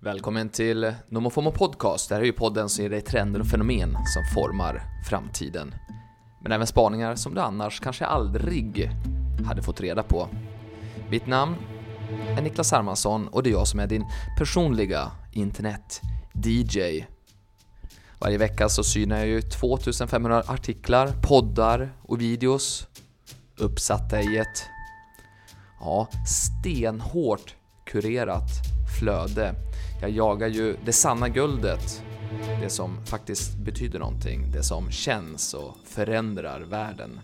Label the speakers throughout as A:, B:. A: Välkommen till NomoFomo Podcast. Det här är ju podden som ger dig trender och fenomen som formar framtiden. Men även spaningar som du annars kanske aldrig hade fått reda på. Mitt namn är Niklas Hermansson och det är jag som är din personliga internet-DJ. Varje vecka så synar jag ju 2500 artiklar, poddar och videos uppsatta i ett ja, stenhårt kurerat flöde. Jag jagar ju det sanna guldet, det som faktiskt betyder någonting, det som känns och förändrar världen.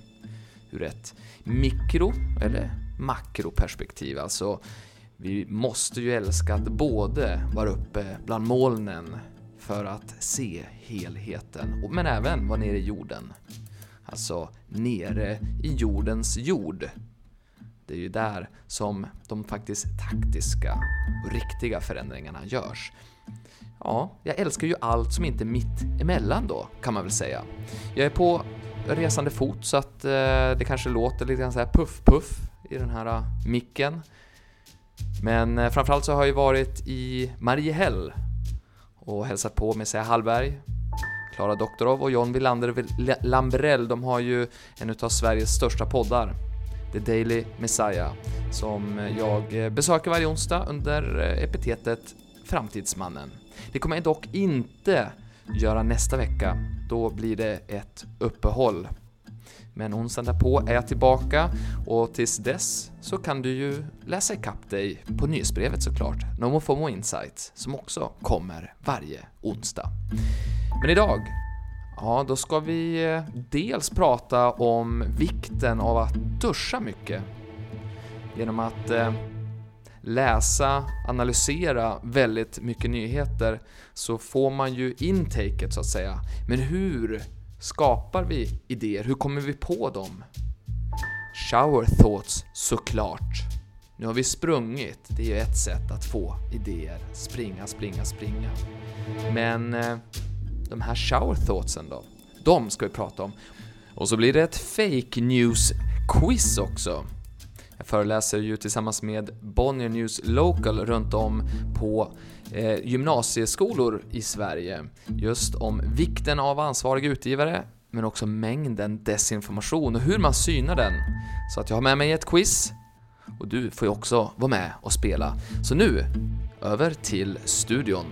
A: Ur ett mikro eller makroperspektiv, alltså vi måste ju älska att både vara uppe bland molnen för att se helheten, men även vara nere i jorden. Alltså nere i jordens jord, det är ju där som de faktiskt taktiska och riktiga förändringarna görs. Ja, jag älskar ju allt som inte är mitt emellan då, kan man väl säga. Jag är på resande fot så att eh, det kanske låter lite grann så här puff-puff i den här eh, micken. Men eh, framförallt så har jag ju varit i Mariehäll och hälsat på med Säga Hallberg, Klara Doktorov och John Wilander Lambrell. De har ju en utav Sveriges största poddar. The Daily Messiah som jag besöker varje onsdag under eh, epitetet Framtidsmannen. Det kommer jag dock inte göra nästa vecka, då blir det ett uppehåll. Men onsdagen därpå är jag tillbaka och tills dess så kan du ju läsa ikapp dig på nyhetsbrevet såklart, NomoFomo Insights, som också kommer varje onsdag. Men idag Ja, då ska vi eh, dels prata om vikten av att duscha mycket genom att eh, läsa, analysera väldigt mycket nyheter så får man ju intaket så att säga. Men hur skapar vi idéer? Hur kommer vi på dem? Shower thoughts såklart. Nu har vi sprungit, det är ju ett sätt att få idéer. Springa, springa, springa. Men eh, de här shower thoughtsen då? De ska vi prata om. Och så blir det ett fake news-quiz också. Jag föreläser ju tillsammans med Bonnier News Local runt om på eh, gymnasieskolor i Sverige just om vikten av ansvariga utgivare men också mängden desinformation och hur man synar den. Så att jag har med mig ett quiz och du får ju också vara med och spela. Så nu, över till studion.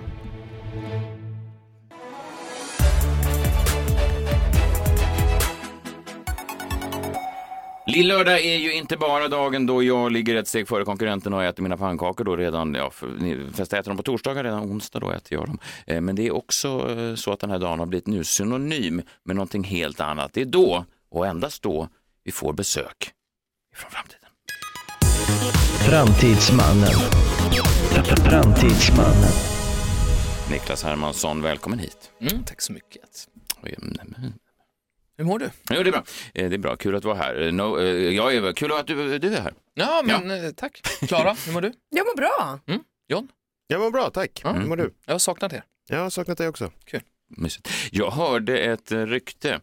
B: Lillördag är ju inte bara dagen då jag ligger ett steg före konkurrenten och äter mina pannkakor då redan, ja, för- ni- fast jag äter dem på torsdagar redan onsdag då äter jag dem. Eh, Men det är också eh, så att den här dagen har blivit nu synonym med någonting helt annat. Det är då, och endast då, vi får besök från framtiden.
C: Framtidsmannen. Framtidsmannen.
B: Niklas Hermansson, välkommen hit.
A: Mm, tack så mycket.
B: Oj, mm, mm.
A: Hur mår du?
B: Jo, det är bra. Eh, Det är bra, kul att vara här. Eh, No, eh, jag är, kul att du, du är här.
A: Ja, men eh, tack. Klara, hur mår du?
D: Jag mår bra.
E: Jag mår bra, tack.
A: Mm.
E: Hur mår du?
A: Jag har saknat er.
E: Jag har saknat dig också.
B: Mysigt. Jag hörde ett eh, rykte,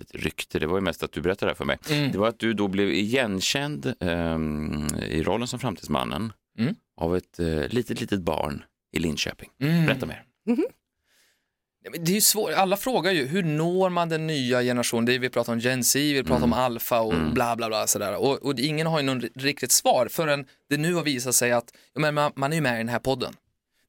B: ett rykte, det var ju mest att du berättade det här för mig.
A: Mm.
B: Det var att du då blev igenkänd ehm, i rollen som Framtidsmannen
A: Mm.
B: av ett eh, litet, litet barn i Linköping.
A: Mm.
B: Berätta mer.
A: Nej, men Det är ju svårt, alla frågar ju hur når man den nya generationen? Det är, vi pratar om Gen Z, vi pratar om alfa och bla bla bla sådär. Och, och det- ingen har ju någon ri- riktigt svar förrän det nu har visat sig att ja, men man, man är ju med i den här podden.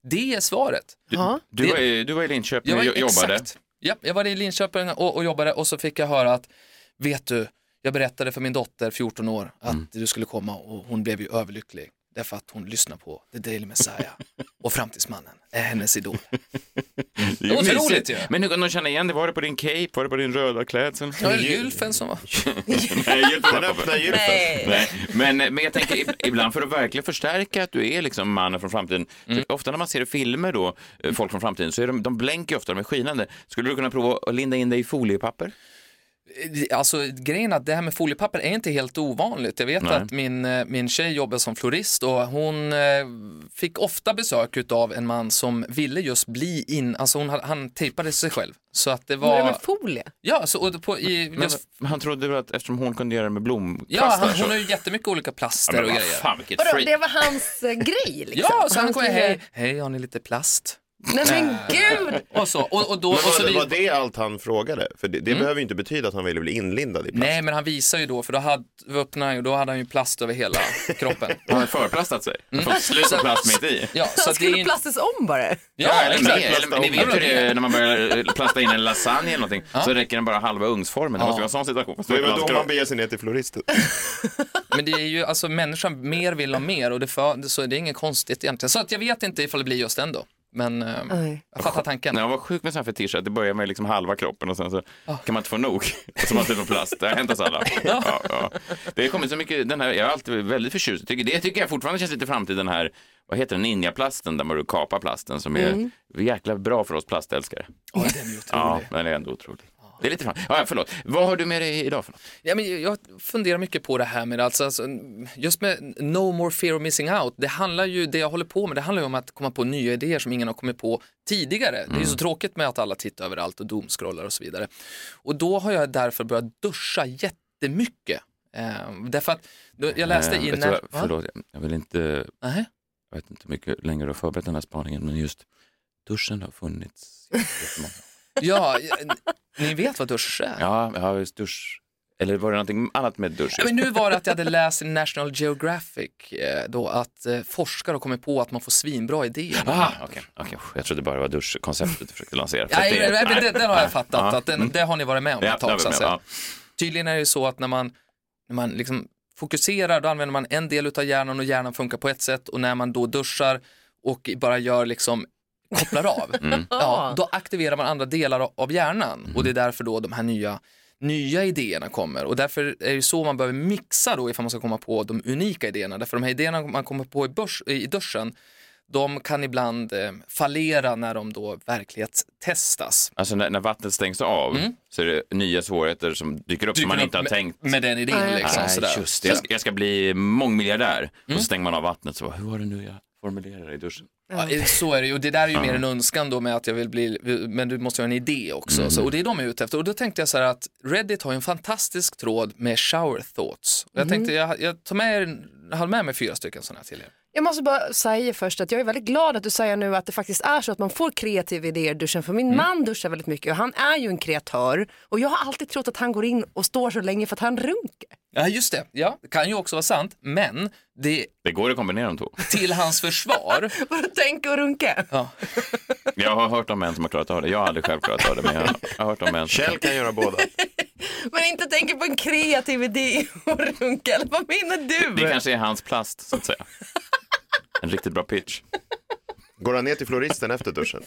A: Det är svaret.
D: Ja.
B: Du,
A: Det-
B: var, i- du var i Linköping och
A: var-
B: jo- jobbade.
A: Exakt. Ja, jag var i Linköping och, och jobbade och så fick jag höra att, vet du, jag berättade för min dotter, 14 år, att
B: Mm.
A: du skulle komma och hon blev ju överlycklig. Därför att hon lyssnar på The Daily Messiah och Framtidsmannen är hennes idol.
B: Det är ju
A: Otroligt
B: mysigt.
A: ju.
B: Men hur kunde de känna igen dig? Var det på din cape? Var det på din röda klädsel?
A: Ja, Gylfen som var...
B: Nej, hjälp mig, pappa.
D: Nej.
B: Nej, men, men jag tänker ib- ibland för att verkligen förstärka att du är liksom mannen från framtiden. För
A: Mm.
B: Ofta när man ser i filmer då, eh, folk från framtiden, så är de, de blänker ju ofta, de är skinande. Skulle du kunna prova att linda in dig i foliepapper?
A: Alltså grejen är att det här med foliepapper är inte helt ovanligt. Jag vet
B: Nej.
A: att min, eh, min tjej jobbar som florist och hon eh, fick ofta besök av en man som ville just bli in, alltså hon, hade- han tejpade sig själv. Så att det
C: Var det
A: var,
C: med folie?
A: ja, så, och på, i,
B: Men
A: just,
B: han trodde väl att eftersom hon kunde göra det med blomkvastar
A: ja han,
B: så...
A: hon har ju jättemycket olika plaster
B: men
A: och
B: vad
A: grejer.
B: fan vilket
C: Vadå,
B: freak.
C: det var hans eh, grej liksom?
A: Ja, så han kom
C: skulle-
A: hej, hej har ni lite plast?
C: Nej men gud!
A: Och så, och, och då, och
E: Men
A: så
E: var,
A: vi,
E: var det allt han frågade? För det, det behöver ju inte betyda att han ville bli inlindad i plast.
A: Mm. Nej men han visar ju då, för då hade, öppnade han ju, då hade han ju plast över hela kroppen.
B: Har han förplastat sig? Fått slut på plast mitt i?
A: Mm. Ja, så
C: Han
A: att det är
C: skulle
A: ju-
C: plastas om bara.
A: Ja,
B: eller
A: exakt.
B: mer. Eller, ni vet ju det när man börjar eh, plasta in en lasagne eller någonting så räcker den bara halva ugnsformen. Det måste ju vara en sån situation. Fast
E: Det är
B: det är
E: väl då
B: plast-
E: man beger sig ner till floristen.
A: Men det är ju, alltså människan mer vill ha mer och det, för, så det är inget konstigt egentligen. Så att jag vet inte ifall det blir just den då. Men eh,
C: Nej.
A: jag fattar tanken.
B: När jag var sjuk med sån här fetisch att det börjar med liksom halva kroppen och sen så
A: Ah.
B: kan man inte få nog. Och så man typ på plast. Det har hänt oss alla. Ja, ja. Det har kommit så mycket, den här, jag är alltid väldigt förtjust. Tycker, det tycker jag fortfarande känns lite framtid den här, vad heter den, ninjaplasten där man kapar plasten som är
A: Mm.
B: jäkla bra för oss plastälskare.
A: Ja, den är ju otrolig.
B: Ja, den är ändå otrolig. Det är lite fram. Ja, förlåt. Vad har du med dig idag för något?
A: Ja, men jag funderar mycket på det här med, alltså, alltså, just med no more fear of missing out, det handlar ju, det jag håller på med, det handlar ju om att komma på nya idéer som ingen har kommit på tidigare. Det är
B: Mm.
A: ju så tråkigt med att alla tittar överallt och doomscrollar och så vidare. Och då har jag därför börjat duscha jättemycket. Eh, därför att, då- jag läste
B: Eh,
A: i...
B: vet du
A: Nat-
B: vad?
A: Va?
B: Förlåt, jag- jag vill inte
A: Nej.
B: jag vet inte hur mycket längre du har förberett den här spaningen, men just duschen har funnits i jättemånga år.
A: Ja, eh, ni vet vad dusch är?
B: Ja, jag har just dusch. Eller var det någonting annat med dusch?
A: Ja, Men nu var det att jag hade läst i National Geographic eh, då att eh, forskare har kommit på att man får svinbra idéer.
B: Ah, okej. okej. Jag trodde bara det var duschkonceptet du försökte lansera. För
A: Nej,
B: att
A: det, det, det,
B: nej.
A: det har jag fattat,
B: Ja. Mm.
A: att den, det har ni varit med om
B: Ja,
A: ett
B: det
A: tag.
B: har vi
A: Så att
B: med,
A: säga.
B: ja.
A: Tydligen är det ju så att när man, när man liksom fokuserar, då använder man en del av hjärnan och hjärnan funkar på ett sätt och när man då duschar och bara gör liksom kopplar av, ja, då aktiverar man andra delar av- av hjärnan och det är därför då de här nya nya idéerna kommer och därför är det ju så man behöver mixa då ifall man ska komma på de unika idéerna. Därför de här idéerna man kommer på i, börs, i duschen, de kan ibland eh, fallera när de då verklighetstestas.
B: Alltså när, när vattnet stängs av så är det nya svårigheter som dyker upp som man
A: dyker
B: inte har
A: upp med,
B: tänkt.
A: Med den idén
C: Nej.
A: liksom. sådär.
B: just det. Jag ska, jag ska bli mångmiljardär. Och så stänger man av vattnet så bara, hur var det nu jag formulerade i duschen?
A: Ja, så är det ju. Och det där är ju mer en önskan då med att jag vill bli, men du måste ju ha en idé också.
B: Mm.
A: Så, och det är de jag är ute efter. Och då tänkte jag så här att Reddit har ju en fantastisk tråd med shower thoughts.
C: Mm.
A: Och jag tänkte, jag, jag tar med er, jag har med mig fyra stycken sådana här till er.
C: Jag måste bara säga först att jag är väldigt glad att du säger nu att det faktiskt är så att man får kreativa idéer i duschen. För min man duschar väldigt mycket och han är ju en kreatör. Och jag har alltid trott att han går in och står så länge för att han runkar.
A: Ja, just det. Ja, det kan ju också vara sant. Men det,
B: Det går att kombinera de två.
A: till hans försvar,
C: Bara tänka och runka.
B: Jag har hört om en som har klarat av det. Jag har aldrig själv klarat av det, men jag har, jag har hört om en. som-
E: Kjell kan göra båda.
C: Men inte tänka på en kreativ idé och runka. Eller vad menar du?
B: Det kanske är hans plast, så att säga. En riktigt bra pitch.
E: Går han ner till floristen efter duschen?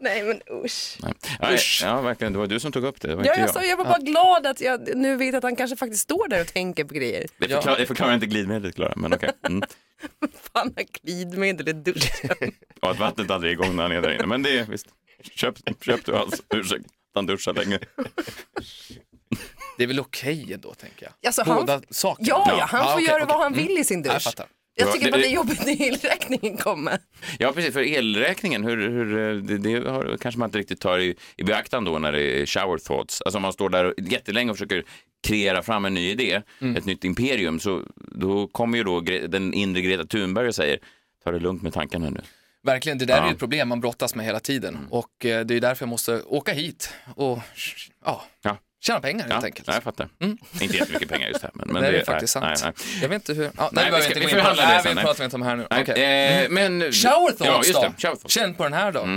C: Nej men usch.
B: Nej. Nej,
A: Usch.
B: ja, verkligen. Det var du som tog upp det. det var
C: Ja,
B: inte
C: jag, sa, jag var bara glad att jag nu vet att han kanske faktiskt står där och tänker på grejer.
B: Det, förklarar, det förklarar inte glidmedlet, Klara. Men okej. Mm.
C: Fan, han glidmedel i duschen.
B: Och att vattnet aldrig är igång när han är där inne. Men det är visst. Köp, köp du hans ursäkt. Han duschar länge.
A: det är väl okej då tänker jag.
C: Alltså, han-
A: Båda sakerna.
C: Ja, ja, han
A: Ah,
C: får
A: okej,
C: göra vad
A: okej.
C: han vill i sin
A: Ja, Jag
C: dusch.
A: fattar.
C: Jag tycker
B: Det-
C: bara
B: det-
C: det är jobbigt när elräkningen kommer.
B: Ja, precis. För elräkningen, hur, hur, eh, det, det har, kanske man inte riktigt tar i, i beaktande då när det är shower thoughts. Alltså om man står där och- jättelänge och försöker kreera fram en ny idé, ett nytt imperium, så då kommer ju då Gre- den inre Greta Thunberg och säger ta det lugnt med tankarna nu.
A: Verkligen, det där är
B: Ja. Mm.
A: ju ett problem man brottas med hela tiden och eh, det är ju därför jag måste åka hit och ja,
B: Ja.
A: tjäna pengar helt
B: Ja,
A: enkelt. Mm.
B: jag fattar. Inte jättemycket pengar just här. Men, men
A: det, är faktiskt
B: nej,
A: sant.
B: nej.
A: Jag vet inte hur, ja,
B: Nej,
A: nej,
B: vi
A: nej,
B: ska-
A: inte
B: vi
A: gå
B: får
A: in på det.
B: förhandla det
A: Nej,
B: sen,
A: vi
B: nej.
A: pratar inte om det här nu.
B: Nej,
A: Okej.
B: eh, men...
A: Shower thoughts
B: ja,
A: då?
B: just det. Shower thoughts. Mm.
A: Känn på den här då.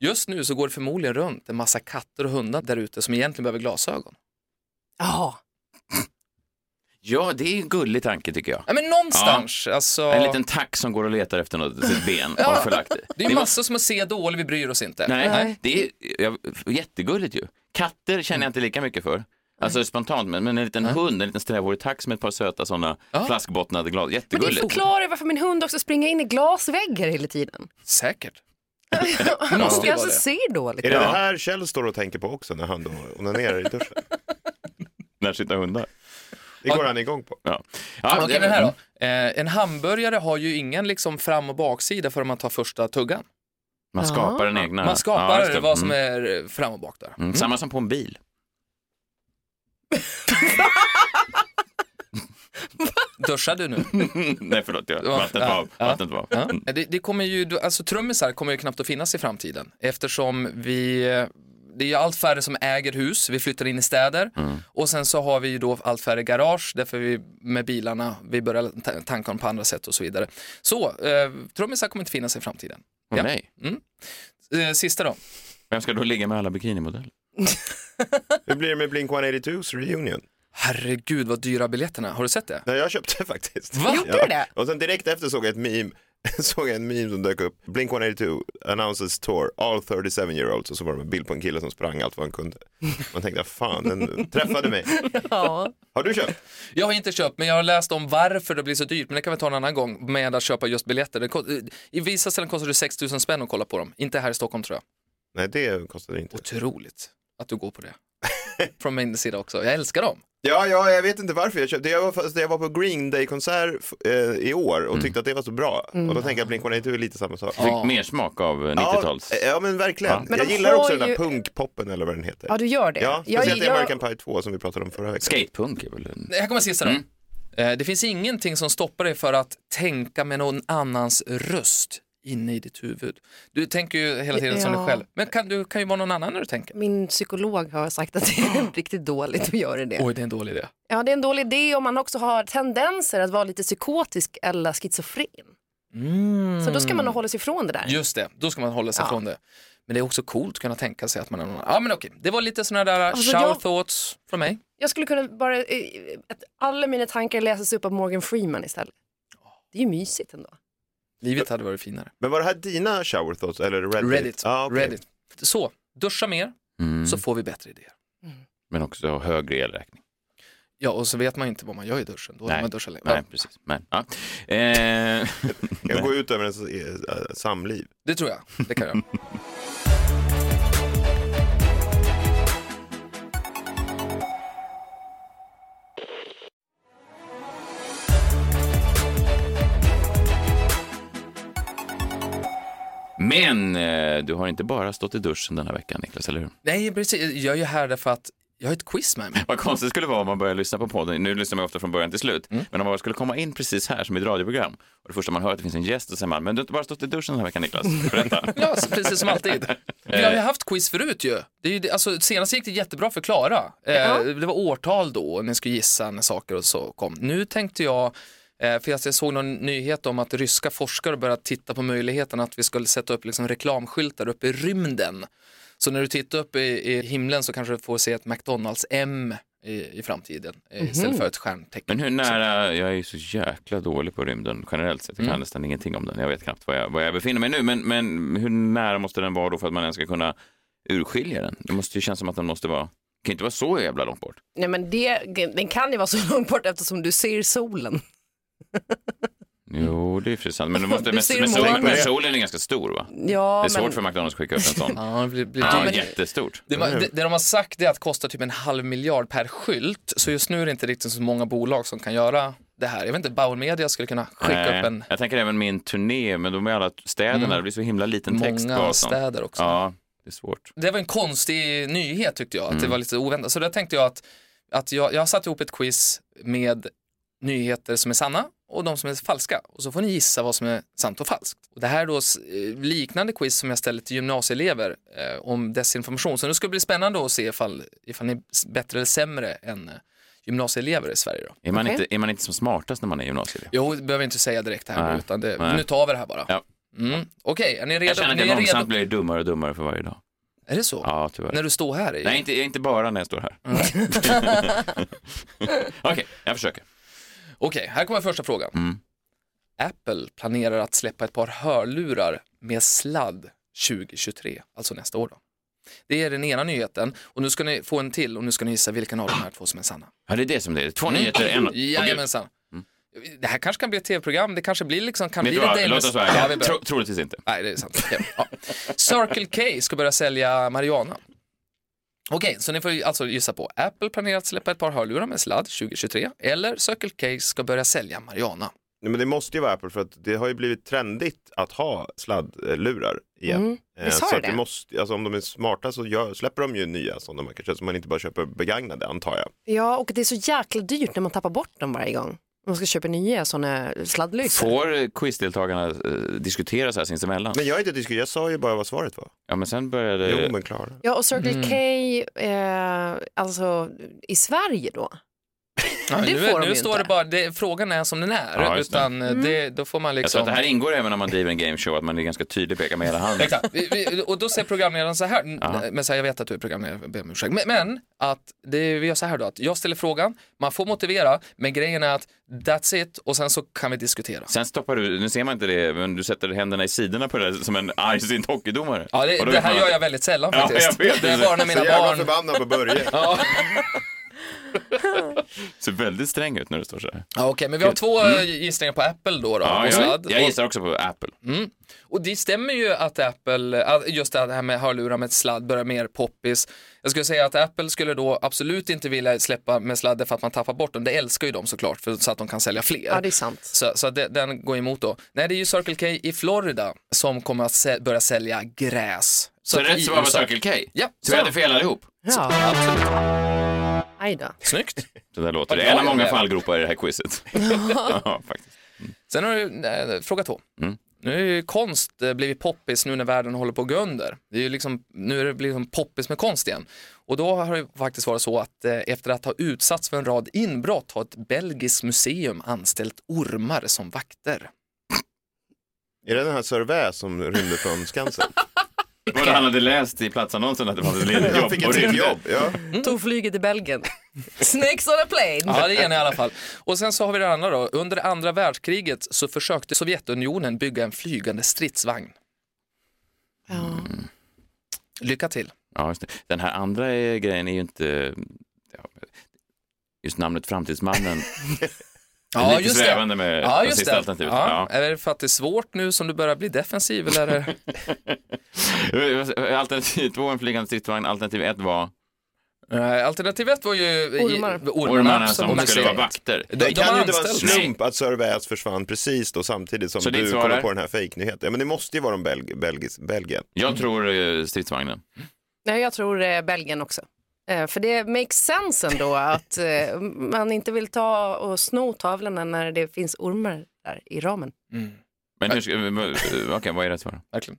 A: Just nu så går det förmodligen runt en massa katter och hundar där ute som egentligen behöver glasögon.
C: Ja,
B: Ja, det är en gullig tanke tycker jag.
A: Ja, men någonstans, alltså.
B: En liten tack som går och letar efter något, sitt ben har förlagt i.
A: Det är ju
B: var-
A: massor som att se dåligt, vi bryr oss inte.
B: Nej, det är ja, jättegulligt ju. Katter känner jag inte lika mycket för. Alltså spontant, men, men en liten hund, en liten strävhårig tax med ett par söta sådana flaskbottnade glas.
C: men det
B: Jättegulligt.
C: förklarar varför min hund också springer in i glasväggar hela tiden.
A: Säkert.
C: Han
A: måste ju vara
C: alltså
A: det.
C: ser dåligt.
E: Är det
B: Ja.
E: det här Kjell står och tänker på också när han då onanerar i duschen?
B: När sitter hundar?
E: Det går han igång på.
B: Ja.
A: Ja,
B: Ja,
A: Okej, den här då. Eh, en hamburgare har ju ingen liksom fram och baksida förrän man tar första tuggan.
B: Man skapar den egna.
A: Man skapar
B: just det.
A: vad som
B: Mm.
A: är eh, fram och bak där.
B: Mm. Samma som på en bil.
A: Duschar du nu?
B: Nej, förlåt. Jag...
A: Ja,
B: Vattnet
A: ja,
B: var av.
A: ja.
B: Vattnet var av. Mm.
A: Ja. Det, det kommer ju, du- alltså trummisar kommer ju knappt att finnas i framtiden eftersom vi, det är ju allt färre som äger hus, vi flyttar in i städer och sen så har vi ju då allt färre garage därför vi med bilarna, vi börjar ta- tanka dem på andra sätt och så vidare. Så eh, trummisar kommer inte finnas i framtiden.
B: Åh,
A: Ja.
B: nej.
A: Eh, sista då.
B: Vem ska då ligga med alla bikinimodeller?
E: Hur blir det med Blink-182s reunion?
A: Herregud vad dyra biljetterna, har du sett det?
E: Nej, jag köpte faktiskt.
A: Va?
C: Gjorde du det?
E: Och sen direkt efter såg jag ett meme, såg jag en meme som dök upp. Blink-182 announces tour, all 37 year olds och så var det en bild på en kille som sprang allt vad han kunde. Man tänkte, "Ah, fan, den träffade mig.
C: Ja.
E: Har du köpt?
A: Jag har inte köpt, men jag har läst om varför det blir så dyrt. Men det kan vi ta en annan gång med att köpa just biljetter. Det ko- eh, I vissa ställen kostar det 6 000 spänn att kolla på dem. Inte här i Stockholm tror jag.
E: Nej, det kostade inte.
A: Otroligt att du går på det. Från min sida också. Jag älskar dem.
E: Ja, ja, jag vet inte varför jag köpte. Jag var, fast jag var på Green Day-konsert f- eh, i år
A: Mm.
E: och tyckte att det var så bra. Och då
C: Mm.
E: tänkte jag att Blink-182 är lite samma sak.
B: Fick mer smak av eh, 90-tals.
E: Ja, ja, men verkligen.
B: Ja.
C: Men
E: jag
C: de
E: gillar också
C: har
E: den där
C: ju-
E: punkpoppen eller vad den heter.
C: ja, du gör det.
E: Ja,
C: jag,
E: speciellt i American
C: jag,
E: Pie 2 som vi pratade om förra veckan.
B: Skatepunk är väl en...
A: Här kommer sista då.
E: Mm.
A: Eh, Det finns ingenting som stoppar dig för att tänka med någon annans röst inne i ditt huvud. Du tänker ju hela tiden som dig
C: Ja.
A: själv. Men kan, du kan ju vara någon annan när du tänker.
C: min psykolog har sagt att det är riktigt dåligt att göra det.
A: Oj, det är en dålig idé.
C: Ja, det är en dålig idé om man också har tendenser att vara lite psykotisk eller schizofren. Så då ska man nog hålla sig ifrån det där.
A: Mm. Just det, då ska man hålla sig
C: Ja.
A: från det. Men det är också coolt att kunna tänka sig att man är någon annan. Ja men okej, det var lite sådana där
C: Alltså,
A: show
C: jag-
A: thoughts från mig.
C: Jag skulle kunna bara, eh, att alla mina tankar läses upp av Morgan Freeman istället. Det är ju mysigt ändå.
A: Livet hade varit finare.
E: Men var det här dina shower thoughts eller Reddit?
A: Reddit.
E: Ja, okej.
A: Reddit. Så, duscha mer
B: Mm.
A: så får vi bättre idéer.
B: Men också högre elräkning.
A: Ja och så vet man ju inte vad man gör i duschen. Då
B: Nej.
A: man duschar längre.
B: Nej, precis. Nej. Ja. Eh,
E: Jag går ut över ens eh, samliv.
A: Det tror jag, det kan jag.
B: men eh, du har inte bara stått i duschen den här veckan, Niklas, eller hur?
A: Nej precis, jag är ju här därför att jag har ett quiz med mig.
B: Vad konstigt skulle det vara om man börjar lyssna på podden. Nu lyssnar man ofta från början till slut. Men om man skulle komma in precis här som i ett radioprogram och det första man hör är att det finns en gäst och så säger man, men du har inte bara stått i duschen den här veckan Niklas. Berätta.
A: Ja, så precis som alltid. Vi har ju haft quiz förut ju. Det är ju det, alltså, senast gick det jättebra för Klara. Eh,
C: Ja.
A: Det var årtal då och ni skulle gissa när saker och så kom. Nu tänkte jag, eh, för jag såg någon nyhet om att ryska forskare börjat titta på möjligheten att vi skulle sätta upp liksom reklamskyltar uppe i rymden. Så när du tittar upp i, i himlen så kanske du får se ett McDonalds M i, i framtiden eh, istället för ett stjärntecken.
B: Mhm. Men hur nära, jag är ju så jäkla dålig på rymden generellt sett. Jag kan nästan ingenting om den. Jag vet knappt var jag, var jag befinner mig nu. Men, men hur nära måste den vara då för att man ens ska kunna urskilja den? Det måste ju kännas som att den måste vara, det kan ju inte vara så jävla långt bort.
C: Nej, men det, den kan ju vara så långt bort eftersom du ser solen.
A: Mm.
B: Jo, det är för sant. Men, det måste,
C: Du
B: men,
C: ser
B: men,
C: molnen.
B: solen, men solen är ganska stor va?
C: Ja,
B: det är svårt
C: men,
B: för McDonalds att skicka upp en sån.
A: Ja, det blir, blir
B: Ja,
A: dyrt.
B: jättestort.
A: Det, man, det, det de har sagt är att det kostar typ en halv miljard per skylt, så just nu är det inte riktigt så många bolag som kan göra det här. Jag vet inte, Bauer Media skulle kunna skicka
B: Nej,
A: upp en
B: Eh,
A: Mm.
B: Jag tänker även min turné, men de är alla städerna, det blir så himla liten text på
A: många
B: allt sånt.
A: städer också.
B: Ja, det är svårt.
A: Det var en konstig nyhet tyckte jag, att
B: Mm.
A: det var lite oväntat. Så då tänkte jag att, att jag, jag har satt ihop ett quiz med nyheter som är sanna och de som är falska. Och så får ni gissa vad som är sant och falskt. Och det här är då s- eh, liknande quiz som jag ställde till gymnasieelever eh, om desinformation. Så nu ska det bli spännande att se ifall, ifall ni är s- bättre eller sämre än eh, gymnasieelever i Sverige då.
B: Är man,
C: Okej.
B: inte, är man inte som smartast när man är i gymnasiet?
A: Jo, det behöver jag inte säga direkt här
B: Nej,
A: nu, utan det,
B: nej.
A: nu tar vi det här bara.
B: Ja.
A: Mm. Okej, är ni redo?
B: Jag känner att
A: ni
B: jag
A: är,
B: långsamt
A: redo?
B: blir dummare och dummare för varje dag.
A: är det så?
B: Ja, tyvärr.
A: När du står här? i-
B: Nej, inte, inte bara när jag står här. Okej, jag försöker.
A: Okej, här kommer första frågan.
B: Mm.
A: Apple planerar att släppa ett par hörlurar med sladd 2023, alltså nästa år. Då. Det är den ena nyheten och nu ska ni få en till och nu ska ni gissa vilken av de här två som är sanna. Mm.
B: Ja, det är det som det är. Två nyheter, en... Åh, gud.
A: Jajamensan. Det här kanske kan bli ett tv-program, det kanske blir liksom, kan
B: Vet
A: bli
B: du
A: lite
B: vad, låt
A: Elvis-
B: oss
A: Ja,
B: vara
A: vi
B: ja,
A: börjar.
B: Tro, Troligtvis inte.
A: Nej, det är sant. Okej. Ja. Circle K ska börja sälja marijuana. Okej, så ni får ju alltså gissa på. Apple planerar att släppa ett par hörlurar med sladd 2023 eller Circle K ska börja sälja Mariana.
E: Nej, men det måste ju vara Apple för att det har ju blivit trendigt att ha sladdlurar igen.
C: Mm.
E: Eh,
C: Visst har
E: så
C: det
E: att vi
C: det?
E: måste, alltså om de är smarta så gör, släpper de ju nya sådana man kan köpa, så man inte bara köper begagnade antar jag.
C: Ja, och det är så jäkla dyrt när man tappar bort dem varje gång. Man ska köpa nya sådana sladdlysor.
B: Får eh, quizdeltagarna eh, diskutera så här sinsemellan?
E: Men jag är inte diskuterat, jag sa ju bara vad svaret var.
B: Ja, men sen började...
E: Jo men klar.
C: Ja, och Circle K, eh, alltså i Sverige då?
A: Ja,
C: Det
A: nu
C: får de
A: nu
C: ju
A: står
C: inte. Mm.
A: det bara, det, frågan är som den är.
B: Ja, just det.
A: utan eh, det, då får man
B: Jag tror
A: liksom...
B: att det här ingår även när man driver en gameshow, att man är ganska tydlig pekar med hela handen.
A: Exakt. Vi- vi- Och då säger programledaren så här, n-
B: Ja.
A: men så här, jag vet att du är programledare, jag ber om ursäkt. Men, men att det, vi gör så här då, att jag ställer frågan, man får motivera, men grejen är att that's it och sen så kan vi diskutera.
B: Sen stoppar du, nu ser man inte det, men du sätter händerna i sidorna på det där som en argsint hockeydomare.
A: Ja, det,
B: Och då
A: det
B: vet
A: här
B: man
A: gör
B: att-
A: jag väldigt sällan
B: Ja,
A: faktiskt.
B: jag vet.
A: det är bara när mina
E: så jävla
A: barn...
E: förbannad på Börje.
A: Ja,
B: Ser väldigt sträng ut när du står så här.
A: ja, okej, men vi har två eh, gissningar på Apple då. då
B: Ja,
A: och,
B: jag,
A: sladd.
B: jag gissar också på Apple.
A: och, och det stämmer ju att Apple, att just det här med hörlurar med sladd börjar mer poppis. Jag skulle säga att Apple skulle då absolut inte vilja släppa med sladder för att man tappar bort dem. Det älskar ju de såklart, för, så att de kan sälja fler.
C: Ja, det är sant.
A: Så, så det, den går emot då. Nej, det är ju Circle K i Florida som kommer att sä- börja sälja gräs.
B: Så
A: att
B: rätt
A: i
B: svar var
A: USA-
B: Circle K.
A: Ja,
B: Så vi hade fel allihop.
C: Ja,
A: absolut.
C: aj då.
A: Snyggt.
B: Så där låter det.
A: Ja,
B: En av
A: ja,
B: många
A: ja.
B: fallgropar i det här quizet. ja, faktiskt.
A: Sen har du eh, fråga två.
B: Mm.
A: Nu är ju konst eh, blivit poppis nu när världen håller på att gå under. Det är ju liksom, nu är det liksom poppis med konst igen. Och då har det faktiskt varit så att eh, efter att ha utsatts för en rad inbrott har ett belgiskt museum anställt ormar som vakter.
E: Är det den här Sörvä som rymde från Skansen?
B: Vad han hade läst i platsannonsen att det fanns ett ledigt
E: Han
B: jobb.
E: fick
B: och
E: ett till
B: rymde.
E: jobb. Ja.
C: Mm. Tog flyget till Belgien. Snakes on a plane.
A: Ja, det är en i alla fall. Och sen så har vi det andra då. Under andra världskriget så försökte Sovjetunionen bygga en flygande stridsvagn.
C: Ja.
A: Lycka till.
B: Ja, just det. Den här andra eh, grejen är ju inte... ja, Just namnet Framtidsmannen är lite svävande med
A: Ja,
B: det
A: just
B: sista
A: det.
B: alternativet.
A: Ja.
B: Ja.
A: Är det för att det är svårt nu som du börjar bli defensiv eller?
B: Eh, Alternativ två, en flygande stridsvagn. Alternativ ett var
A: Nej, Eh, Alternativ ett var ju eh,
C: Ormar.
B: ormarna
A: som
B: som skulle vara
A: museum.
B: vakter.
A: De,
E: Det
A: de
E: kan
A: har
E: ju inte vara en
A: anställt. Nej.
E: slump att Sörväs försvann precis då samtidigt som
B: Så ditt
E: du
B: svar
E: kommer
B: är?
E: på den här fejknyheten. Ja, men det måste ju vara de Belg- Belgis- Belgien.
B: Jag tror eh, stridsvagnen.
C: Nej, jag tror eh, Belgien också. Eh, för det makes sense ändå att eh, man inte vill ta och sno tavlorna när det finns ormar där i ramen.
B: Men hur ska... eh, Okej, vad är rätt svar?
A: Mm, Verkligen.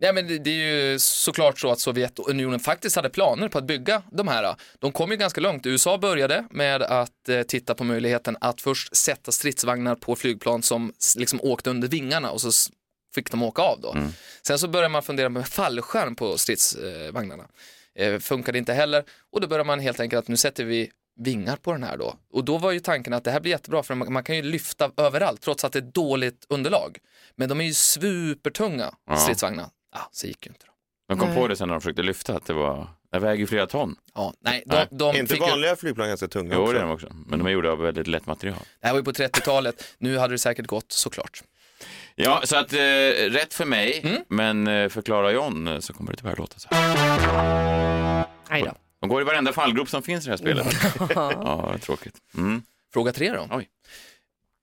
A: Nej, men det, det är ju såklart så att Sovjetunionen faktiskt hade planer på att bygga de här. De kom ju ganska långt. USA började med att eh, titta på möjligheten att först sätta stridsvagnar på flygplan som s- liksom åkte under vingarna och så s- fick de åka av då.
B: Mm.
A: Sen så började man fundera med fallskärm på stridsvagnarna. Eh, funkade inte heller och då började man helt enkelt att nu sätter vi vingar på den här då. Och då var ju tanken att det här blir jättebra för man, man kan ju lyfta överallt trots att det är dåligt underlag. Men de är ju supertunga
B: Ja.
A: stridsvagnar. Ja, så gick ju inte de.
B: De kom
C: Nej.
B: på det sen när de försökte lyfta att det var... Det väger ju flera ton.
A: Ja, nej, de,
B: Nej,
A: de
E: Är inte
A: fick ju,
E: vanliga flygplan ganska tunga
B: Jo,
E: också?
B: det är de också. Men de är gjorda av väldigt lätt material.
A: det här var ju på 30-talet, nu hade det säkert gått såklart.
B: Ja, så att eh, rätt för mig,
C: Mm.
B: men eh, förklara John eh, så kommer det tyvärr låta så här.
C: Aj då.
B: De går i varenda fallgrop som finns i det här spelet. ja, tråkigt. Mm.
A: Fråga tre då.
B: Oj.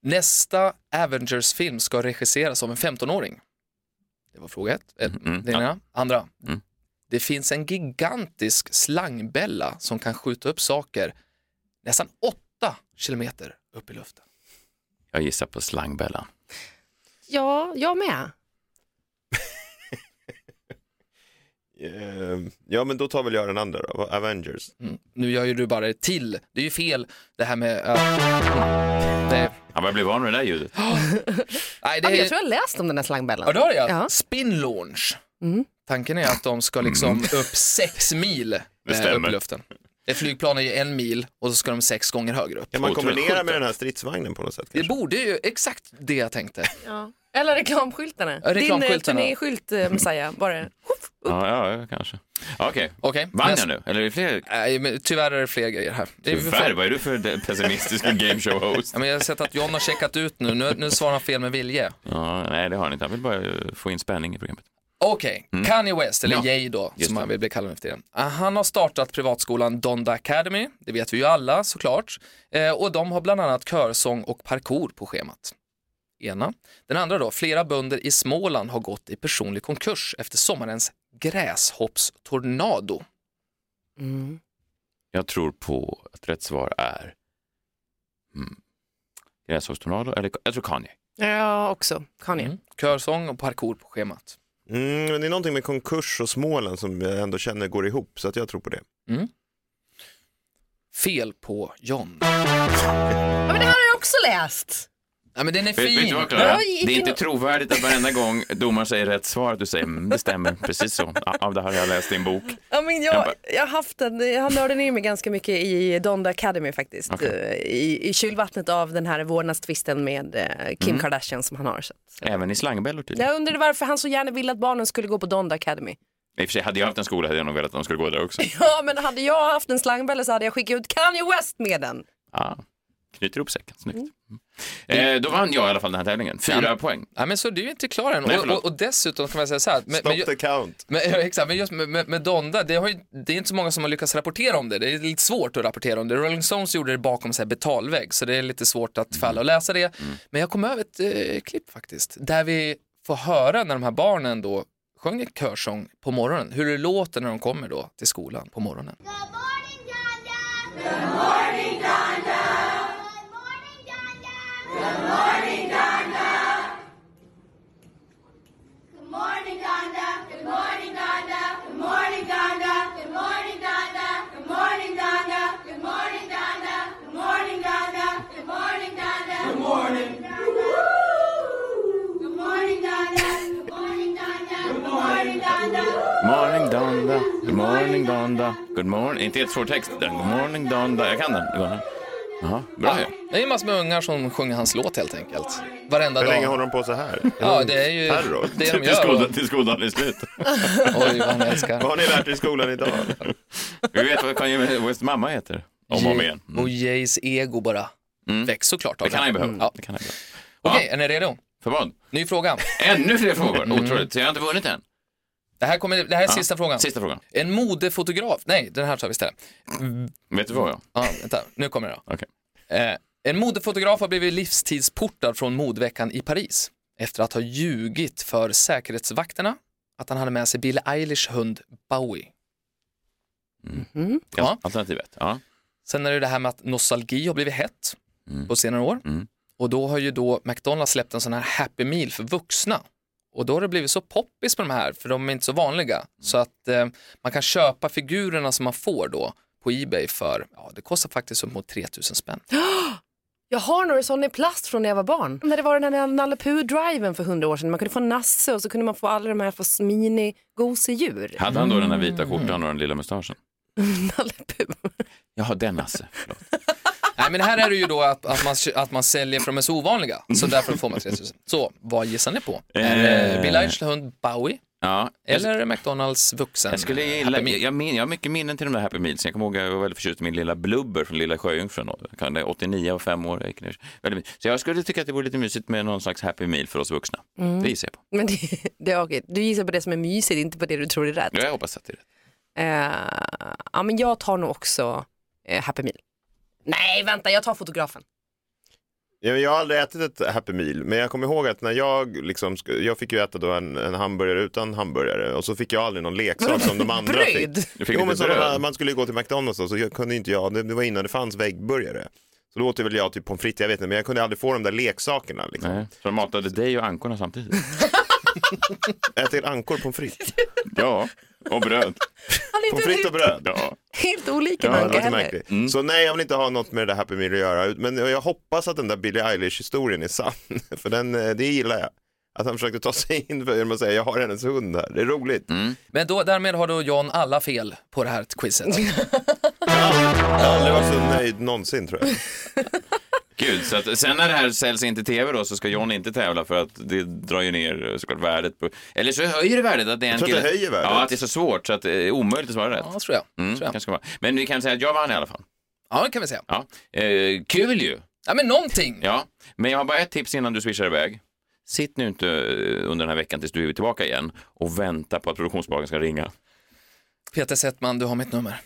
A: Nästa Avengers-film ska regisseras av en 15-åring. Det var fråga ett. ett
B: Mm,
A: det är
B: ja.
A: ena. Andra.
B: Mm.
A: Det finns en gigantisk slangbälla som kan skjuta upp saker nästan åtta kilometer upp i luften.
B: Jag gissar på slangbällan.
C: Ja, jag med.
E: Ehm, Ja, men då tar väl jag den andra då, Avengers.
A: Mm. Nu gör ju du bara det till. Det är ju fel det här med... att- Mm. Det,
B: Han börjar bli van vid det där ljudet.
A: nej, det
C: Ja, men
A: är...
C: jag tror jag läst om den här slangbällan.
A: Ja, det har jag.
C: Ja.
A: Spin launch.
C: Mm.
A: Tanken är att de ska liksom upp sex mil eh, upp
B: Mm. stämmer.
A: i luften. Ett flygplan är ju en mil och så ska de sex gånger högre upp.
E: Kan man
B: Otroligt
E: kombinera
B: sjukt.
E: med den här stridsvagnen på något sätt?
A: Det
E: Kanske?
A: borde ju, exakt det jag tänkte.
C: Ja. Eller reklamskyltarna.
A: Ja,
C: Din eh,
A: reklamskyltarna.
C: turnéskylt, eh, Messiah, var det?
B: Ja, ja, ja, kanske. Ja, Okej,
A: Okej.
B: vann
A: nästa-
B: jag nu? Eller är det fler?
A: Nej, men tyvärr är det fler grejer här. Det är-
B: Tyvärr, vad är du för de- pessimistisk gameshow-host?
A: Ja, men jag har sett att John har checkat ut nu. Nu, nu svarar han fel med vilje.
B: Ja, nej, det har han inte. Han vill bara eh, få in spänning i programmet.
A: Okej, Kanye West, eller Jay då, som han vill bli kallad efter. Ah, Han har startat privatskolan Donda Academy, det vet vi ju alla såklart. Eh, och de har bland annat körsång och parkour på schemat. Ena. Den andra då, flera bönder i Småland har gått i personlig konkurs efter sommarens gräshoppstornado.
C: Mm.
B: Jag tror på att rätt svar är mm, gräshoppstornado eller jag tror Kanye.
C: Ja, också. Kanye.
A: Mm. Körsång och parkour på schemat.
E: Mm, men det är någonting med konkurs och Småland som jag ändå känner går ihop, så att jag tror på det.
A: Fel på John.
C: Ja, men det här har jag också läst.
A: Ja, men den är
B: Vet, vet du
A: fin.
B: vad Klara?
C: Nej.
B: Det är inte trovärdigt att varenda gång domaren säger rätt svar att du säger mm, det stämmer, precis så. Ja, ja, det här har jag läst i en bok.
C: Ja, men
B: Jag
C: jag,
B: bara-
C: jag har haft den, jag har nördat ner mig ganska mycket i Donda Academy faktiskt. Eh, I, I kylvattnet av den här vårdnadstvisten med eh,
A: Mm.
C: Kim Kardashian som han har. Så. att-
B: Även i slangbällor tydligen.
C: Jag undrade varför han så gärna ville att barnen skulle gå på Donda Academy.
B: I och för sig, hade jag haft en skola hade jag nog velat att de skulle gå där också.
C: Ja, men hade jag haft en slangbälla så hade jag skickat ut Kanye West med den.
B: Ah, knyter ihop säcken, snyggt. Mm. Eh, då vann jag i alla fall den här tävlingen. Fyra poäng.
A: Ja, men så du är inte klar än.
B: Nej,
A: och,
B: förlåt.
A: och, och dessutom kan man säga så här. Men,
E: Stop
A: men,
E: the count.
A: men, ja, exakt, men just med, med, med Donda, det, har ju, det är inte så många som har lyckats rapportera om det. Det är lite svårt att rapportera om det. Rolling Stones gjorde det bakom så här betalvägg, så det är lite svårt att falla och läsa det.
E: Mm.
A: Men jag kom över ett eh, klipp faktiskt, där vi får höra när de här barnen då sjöng en körsång på morgonen, hur det låter när de kommer då till skolan på morgonen.
F: Good morning, Donda. Good morning, Donda. Good morning, Donda. Good morning, Donda. Good morning, Donda. Good morning, Donda. Good morning, Donda. Good morning, Donda. Good morning, Donda. Good morning, Donda. Good morning, Donda. Good morning, Donda. Good morning, Donda. Good morning,
B: Morning
F: Donda.
B: Donda, good morning Donda, good morning. Inte helt svår text. Good morning Donda, jag kan den. Det går den. Jaha, bra ju.
A: Det är en massa med ungar som sjunger hans låt helt enkelt. Varenda
E: Hur
A: dag.
E: länge håller de på så här?
A: Ja, det är ju
E: Terror.
A: det de
B: Till
A: gör. Och,
B: skoldagen, till skoldagen är slut.
A: oj, vad han älskar.
E: Vad har ni lärt er i skolan idag?
B: Vi vet vad Kanye West mamma heter. Om och om igen.
A: Och Jays ego bara
E: Mm.
A: väcks såklart av
B: Det kan han ju behöva.
A: Ja.
B: Det kan han ju behöva.
A: Okej, är ni redo?
B: För vad?
A: Ny fråga.
B: Ännu fler frågor. Otroligt. Så jag har inte vunnit än.
A: Det här, kommer, det här är sista frågan.
B: Sista frågan.
A: En modefotograf, nej den här tar vi istället.
B: Vet du vad jag?
A: Ja, vänta, nu kommer det då.
B: Okej.
A: Eh, en modefotograf har blivit livstidsportad från modveckan i Paris efter att ha ljugit för säkerhetsvakterna att han hade med sig Billie Eilish hund Bowie. Ja.
B: Alternativet. Ja.
A: Sen är det det här med att nostalgi har blivit hett på senare år.
B: Mm.
A: Och då har ju då McDonalds släppt en sån här Happy Meal för vuxna. Och då har det blivit så poppis med de här, för de är inte så
B: Mm.
A: vanliga. Så att eh, man kan köpa figurerna som man får då på Ebay för, ja det kostar faktiskt upp mot 3000 spänn.
C: Jag har några sådana i plast från när jag var barn. När det var den här Nalle driven för hundra år sedan. Man kunde få Nasse och så kunde man få alla de här fast mini-gosedjur.
B: Hade han då den här vita skjortan och den lilla mustaschen?
C: Nalle Puh.
B: Jaha, den Lasse. Förlåt.
A: Nej men här är det ju då att, att, man, att man säljer för de är så ovanliga, så därför får man 3000. Så vad gissar ni på? Är det
B: Eh.
A: Bill Eilish hund Bowie?
B: Ja, jag-
A: Eller är det McDonalds vuxen?
B: Jag, skulle
A: Happy
B: gilla,
A: Meal?
B: jag, min, jag har mycket minnen till de där Happy Meals. Jag kommer ihåg att jag var väldigt förtjust i min lilla blubber från Lilla Sjöjungfrun. Jag kan- 89 och 5 år. Jag gick ner. Väldigt mysigt. Så jag skulle tycka att det vore lite mysigt med någon slags Happy Meal för oss vuxna. Det gissar jag på.
C: Men det, det är okej. Du gissar på det som är mysigt, inte på det du tror är rätt.
B: Ja, jag hoppas att det är rätt.
C: Eh, ja, men jag tar nog också eh, Happy Meal. Nej, vänta, jag tar fotografen.
E: Ja, men Jag har aldrig ätit ett Happy Meal, men jag kommer ihåg att när jag liksom, sk- jag fick ju äta då en, en hamburgare utan hamburgare och så fick jag aldrig någon leksak som de andra
C: Bröjd!
E: fick.
B: Du fick
E: jo,
B: lite
E: men så
B: bröd.
E: man, man skulle ju gå till McDonalds och så jag, kunde inte jag, det, det var innan det fanns väggburgare. Så då åt väl jag typ pommes frites, jag vet inte, men jag kunde aldrig få de där leksakerna. Liksom.
B: Nej. Så de matade dig och ankorna samtidigt?
E: Äter ankor pommes frites?
B: ja, och bröd.
C: Han är
E: Pommes
C: inte
E: frites och bröd?
B: Ja.
C: helt olika
E: Ja,
C: ja,
E: det låter
C: heller.
E: märkligt.
B: Mm.
E: Så nej, jag vill inte ha något med det där Happy Meal att göra. Men jag hoppas att den där Billie Eilish-historien är sann. För den, eh, det gillar jag. Att han försökte ta sig in för- genom att säga jag har hennes hund här. Det är roligt.
A: Men då, därmed har då John alla fel på det här quizet.
E: Jag har aldrig varit så nöjd någonsin tror jag.
B: Gud, så att, sen när det här säljs in till tv då så ska John inte tävla för att det drar ju ner eh, såklart värdet på... Eller så höjer det värdet att det är en
E: tror att det höjer värdet.
B: Ja, att det är så svårt så att det är omöjligt att svara rätt.
A: Ja, tror jag.
B: Mm,
A: tror jag.
B: kanske ska vara. Men vi kan säga att jag vann i alla fall.
A: Ja, det kan vi säga.
B: Ja. Eh, kul ju!
A: Ja, men någonting.
B: Ja. Men jag har bara ett tips innan du swishar iväg. Sitt nu inte eh, under den här veckan tills du är tillbaka igen och vänta på att produktionsbolagen ska ringa.
A: Peter Settman, du har mitt nummer.